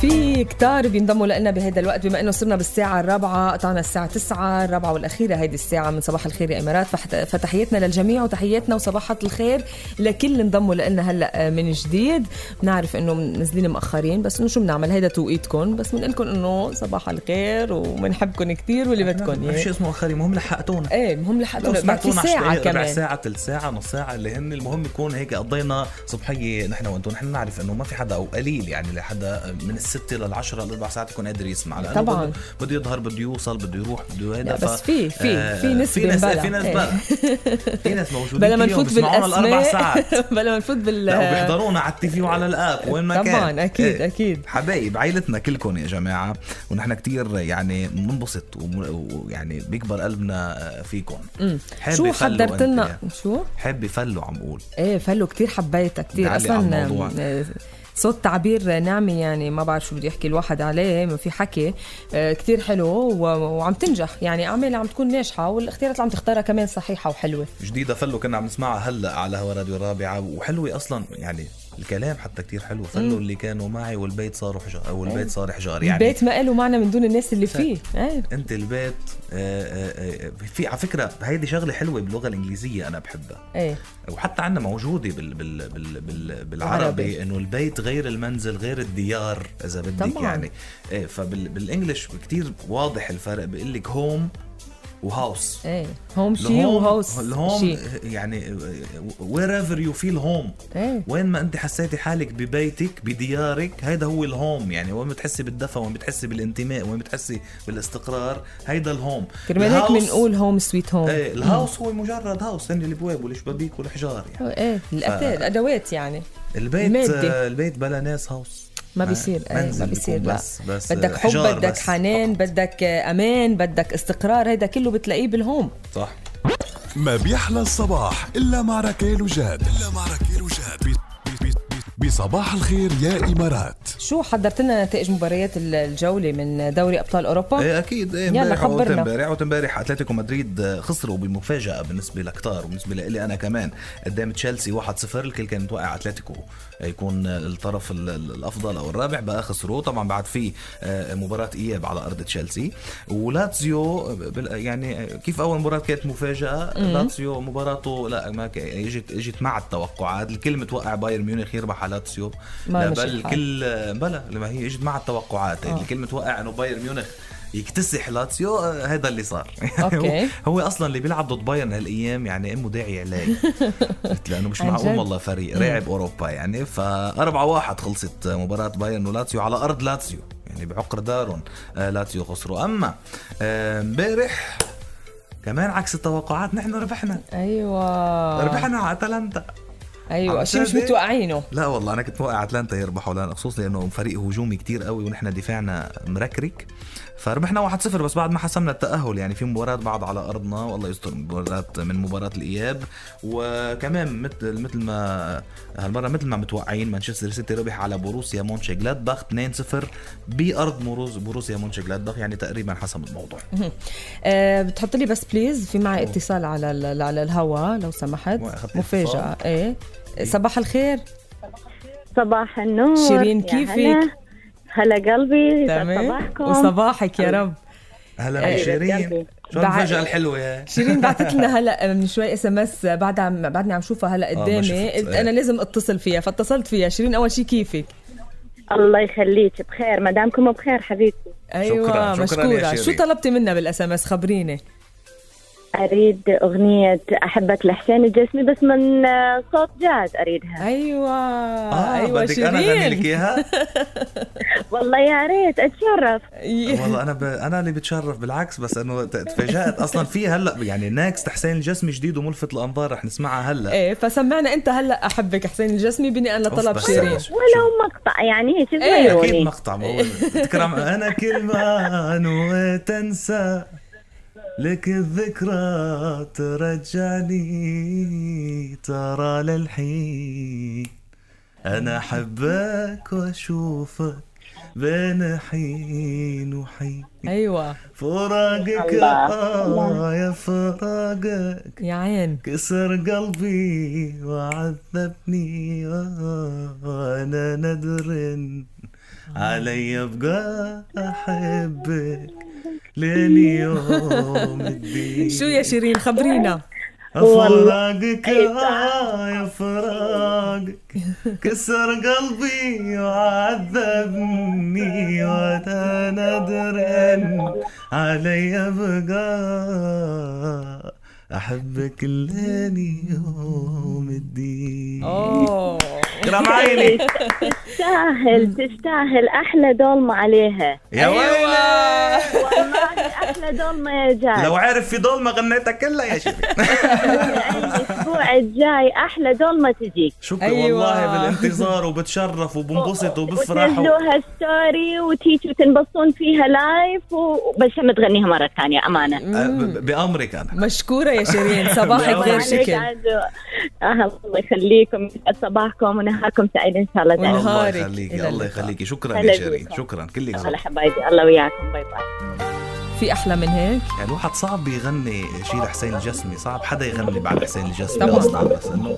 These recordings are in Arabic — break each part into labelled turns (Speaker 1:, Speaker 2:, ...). Speaker 1: في كتار بينضموا لنا بهذا الوقت بما انه صرنا بالساعة الرابعة قطعنا الساعة تسعة الرابعة والأخيرة هيدي الساعة من صباح الخير يا إمارات فحت- فتحياتنا للجميع وتحياتنا وصباحة الخير لكل اللي انضموا لنا هلا من جديد بنعرف انه نازلين مأخرين بس انه شو بنعمل هيدا توقيتكم بس بنقول انه صباح الخير وبنحبكم كثير واللي بدكم
Speaker 2: ما في شيء
Speaker 1: اياه
Speaker 2: اسمه اخري المهم لحقتونا
Speaker 1: ايه المهم
Speaker 2: لو
Speaker 1: لحقتوا بعد في
Speaker 2: سمعتونا
Speaker 1: ساعة
Speaker 2: على ربع
Speaker 1: كمان
Speaker 2: ساعة ثلث ساعة نص ساعة اللي هن المهم يكون هيك قضينا صبحية نحن وانتم نحن نعرف انه ما في حدا او قليل يعني لحدا من الستة للعشرة للأربع ساعات يكون قادر يسمع لأنه
Speaker 1: طبعاً.
Speaker 2: بده- بده يظهر بده يوصل بده يروح بده
Speaker 1: لا
Speaker 2: هذا
Speaker 1: بس في- في-
Speaker 2: آه،
Speaker 1: في نسبة
Speaker 2: في ناس
Speaker 1: بلا.
Speaker 2: في ناس
Speaker 1: إيه.
Speaker 2: بلا في ناس موجودين
Speaker 1: بلا ما
Speaker 2: كل يوم
Speaker 1: نفوت
Speaker 2: بيسمعونا الأربع
Speaker 1: بالأسماء
Speaker 2: ساعات
Speaker 1: بلا ما نفوت بال
Speaker 2: لا وبيحضرونا على التي في وعلى الاب وين ما كان
Speaker 1: طبعاً، أكيد،
Speaker 2: إيه.
Speaker 1: أكيد.
Speaker 2: حبايب عائلتنا كلكم يا جماعه ونحن كتير يعني بننبسط وم- ويعني بيكبر قلبنا آه، فيكم حب
Speaker 1: شو
Speaker 2: يفلوا
Speaker 1: حضرت
Speaker 2: أنت. يعني.
Speaker 1: لنا شو؟
Speaker 2: حب يفلوا عم بقول
Speaker 1: ايه فلو كتير حبيتها كتير
Speaker 2: نعلق على
Speaker 1: اصلا
Speaker 2: الموضوع.
Speaker 1: آه، صوت تعبير نعمي يعني ما بعرف شو بده يحكي الواحد عليه ما في حكي آه، كتير حلو و- وعم تنجح يعني اعمال عم تكون ناجحه والاختيارات اللي عم تختارها كمان صحيحه وحلوه
Speaker 2: جديده فلوا كنا عم نسمعها هلا على هوا راديو الرابعه وحلوه اصلا يعني الكلام حتى كتير حلو فلوا اللي كانوا معي والبيت صاروا حجار او البيت صار حجار
Speaker 1: يعني
Speaker 2: يعني
Speaker 1: البيت ما له معنى من دون الناس اللي فيه ايه
Speaker 2: انت البيت آه، آه، آه، في على فكره هيدي شغله حلوه باللغه الانجليزيه انا بحبها
Speaker 1: ايه
Speaker 2: وحتى عندنا موجوده بال بال بال
Speaker 1: بالعربي.
Speaker 2: بال بالعربي انه البيت غير المنزل غير الديار اذا بدك
Speaker 1: طبعاً.
Speaker 2: طبعا. يعني إيه فبالانجلش كتير واضح الفرق بيقول لك هوم وهاوس
Speaker 1: ايه هوم شي وهوس
Speaker 2: الهوم
Speaker 1: شي
Speaker 2: يعني وير ايفر يو فيل هوم
Speaker 1: ايه
Speaker 2: وين ما انت حسيتي حالك ببيتك بديارك هيدا هو الهوم يعني وين بتحسي بالدفى وين بتحسي بالانتماء وين بتحسي بالاستقرار هيدا الهوم
Speaker 1: كرمال هيك
Speaker 2: الهاوس-
Speaker 1: بنقول هوم سويت هوم
Speaker 2: ايه الهاوس هو مجرد هاوس هن البواب والشبابيك والحجار يعني
Speaker 1: ايه الأتات- الادوات يعني
Speaker 2: البيت
Speaker 1: المادة.
Speaker 2: آه، البيت بلا ناس هاوس
Speaker 1: ما بيصير ايه
Speaker 2: منزل
Speaker 1: ما بيصير
Speaker 2: بيكون
Speaker 1: لا
Speaker 2: بس بس آه،
Speaker 1: بدك حب
Speaker 2: حجار
Speaker 1: بدك
Speaker 2: بس
Speaker 1: حنان
Speaker 2: فقط.
Speaker 1: بدك امان بدك استقرار هيدا كله بتلاقيه بالهوم
Speaker 2: صح
Speaker 3: ما بيحلى الصباح إلا مع ركيل وجاد إلا مع ركيل وجاد بي- بي- بي- بصباح الخير يا إمارات
Speaker 1: شو حضرت لنا نتائج مباريات ال- الجوله من دوري ابطال اوروبا
Speaker 2: ايه اكيد ايه
Speaker 1: يلا
Speaker 2: امبارح
Speaker 1: خبرنا.
Speaker 2: وتمبارح وتمبارح اتلتيكو مدريد آه، خسروا بمفاجاه بالنسبه لكتار وبالنسبه لي انا كمان قدام تشيلسي 1-0 الكل كان متوقع اتلتيكو يكون آه، الطرف ال- ال- الافضل او الرابع بقى خسروه طبعا بعد في آه، مباراه اياب على ارض تشيلسي ولاتسيو آه، بال- يعني آه، كيف اول مباراه كانت مفاجاه لاتسيو مباراته لا ما ك- اجت اجت مع التوقعات الكل متوقع بايرن ميونخ يربح على لاتسيو
Speaker 1: ما
Speaker 2: لا
Speaker 1: مشي
Speaker 2: بل
Speaker 1: الحال.
Speaker 2: الكل ال- بلا لما هي اجت مع التوقعات
Speaker 1: آه.
Speaker 2: آه. الكلمة توقع انه بايرن ميونخ يكتسح لاتسيو آه، هذا اللي صار
Speaker 1: أوكي.
Speaker 2: هو- هو اصلا اللي بيلعب ضد بايرن هالايام يعني امه داعي عليه قلت لانه مش
Speaker 1: عن
Speaker 2: معقول
Speaker 1: جد.
Speaker 2: والله فريق لاعب اوروبا يعني ف 4 1 خلصت مباراه بايرن ولاتسيو على ارض لاتسيو يعني بعقر دارهم آه، لاتسيو خسروا اما آه، امبارح كمان عكس التوقعات نحن ربحنا
Speaker 1: ايوه
Speaker 2: ربحنا على اتلانتا
Speaker 1: ايوه
Speaker 2: عم إيه؟
Speaker 1: شيء مش
Speaker 2: تصدق؟
Speaker 1: متوقعينه
Speaker 2: لا والله انا كنت موقع اتلانتا يربحوا لنا خصوصا لانه فريق هجومي كتير قوي ونحن دفاعنا مركرك فربحنا 1-0 بس بعد ما حسمنا التاهل يعني في مباراه بعد على ارضنا والله يستر مباراه من مباراه الاياب وكمان مثل مثل ما هالمره مثل ما متوقعين مانشستر سيتي ربح على بوروسيا مونشي جلادباخ 2-0 بارض مروز- بوروسيا مونشي جلادباخ يعني تقريبا حسم الموضوع
Speaker 1: أه بتحط لي بس بليز في معي
Speaker 2: أوه.
Speaker 1: اتصال على ال- على الهوا لو سمحت
Speaker 2: وأخذت
Speaker 1: مفاجاه
Speaker 2: اتصال.
Speaker 1: ايه صباح الخير
Speaker 4: صباح النور
Speaker 1: شيرين،
Speaker 4: يا
Speaker 1: كيفك؟
Speaker 4: هلا. هلا قلبي يسعد
Speaker 1: تمام
Speaker 4: صباحكم
Speaker 1: وصباحك يا رب
Speaker 2: هلا
Speaker 4: أيوة،
Speaker 2: شيرين
Speaker 4: قلبي.
Speaker 2: شو
Speaker 1: بعد- آه،
Speaker 2: المفاجاه الحلوه هي؟
Speaker 1: شيرين بعثت لنا هلا من شوي اس ام اس بعد عم بعدني عم شوفها هلا
Speaker 2: آه، ما
Speaker 1: قدامي
Speaker 2: شفت.
Speaker 1: قلت انا
Speaker 2: إيه.
Speaker 1: لازم اتصل فيها فاتصلت فيها شيرين اول شيء كيفك
Speaker 4: الله يخليك بخير مدامكم بخير حبيبتي
Speaker 1: ايوه
Speaker 2: شكراً يا
Speaker 1: مشكوره شو
Speaker 2: شيرين.
Speaker 1: طلبتي منا بالاس ام اس خبريني
Speaker 4: اريد اغنيه احبك لحسين الجسمي بس من آه، صوت جاز اريدها
Speaker 1: ايوه
Speaker 2: آه
Speaker 1: ايوه
Speaker 2: بدك انا اغني لك إيه؟
Speaker 1: شيرين
Speaker 2: اياها؟
Speaker 4: والله يا ريت اتشرف
Speaker 1: إيه.
Speaker 2: والله انا ب... انا اللي بتشرف بالعكس بس انه ت- تفاجات اصلا في هلا يعني ناكست حسين الجسمي جديد وملفت الانظار رح نسمعها هلا
Speaker 1: ايه فسمعنا انت هلا احبك حسين الجسمي بناء
Speaker 2: أوف،
Speaker 1: لطلب
Speaker 2: بس يعني
Speaker 1: شيرين
Speaker 2: شو-
Speaker 4: ولو مقطع يعني هيك
Speaker 1: إيه.
Speaker 2: اكيد
Speaker 4: صغيروني
Speaker 2: مقطع ما هو تكرم انا كلمان وتنسى لك الذكرى ترجعني ترى للحين انا احبك واشوفك بين حين وحين
Speaker 1: ايوه
Speaker 2: فراقك
Speaker 4: الله.
Speaker 2: آه يا فراقك
Speaker 1: يا عين
Speaker 2: كسر قلبي وعذبني وانا ندر علي ابقى احبك لين يوم الدين
Speaker 1: شو يا شيرين خبرينا
Speaker 2: فراقك آه يا فراقك كسر قلبي وعذبني وانا ندرا علي بقى احبك لين يوم الدين
Speaker 1: اوه
Speaker 2: كلام عيني
Speaker 4: تستاهل تستاهل احلى دولمه عليها
Speaker 2: يا
Speaker 1: أيوة.
Speaker 2: ويلي
Speaker 4: والله احلى دولمه يا جاد
Speaker 2: لو عارف في ضلمه غنيتها كلها يا شيخ
Speaker 4: الاسبوع يعني الجاي احلى دولمه تجيك
Speaker 2: شكرا
Speaker 1: أيوة.
Speaker 2: والله بالانتظار وبتشرف وبنبسط وبفرح و...
Speaker 4: وتنزلوها ستوري وتيجوا تنبسطون فيها لايف وبشم تغنيها مره ثانيه امانه
Speaker 2: آه، ب- بامرك انا
Speaker 1: مشكوره يا شيرين صباحك غير
Speaker 4: عليك
Speaker 1: شكل
Speaker 4: عزو. آه الله يخليكم يسعد صباحكم ونهاركم سعيد ان شاء الله دائما
Speaker 1: ونهار-
Speaker 2: الله
Speaker 1: نهارك إلى
Speaker 2: يخليكي الله
Speaker 1: اللقاء.
Speaker 2: يخليكي شكرا
Speaker 4: هلا
Speaker 2: يا
Speaker 4: بيك.
Speaker 2: شيرين شكرا كلك زغ.
Speaker 4: على حبايبي الله وياكم باي باي
Speaker 1: في احلى من هيك
Speaker 2: يعني الواحد صعب يغني شيل حسين الجسمي صعب حدا يغني بعد حسين الجسمي
Speaker 1: طبعاً.
Speaker 2: غصب عن نفسه.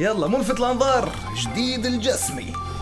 Speaker 2: يلا ملفت الانظار جديد الجسمي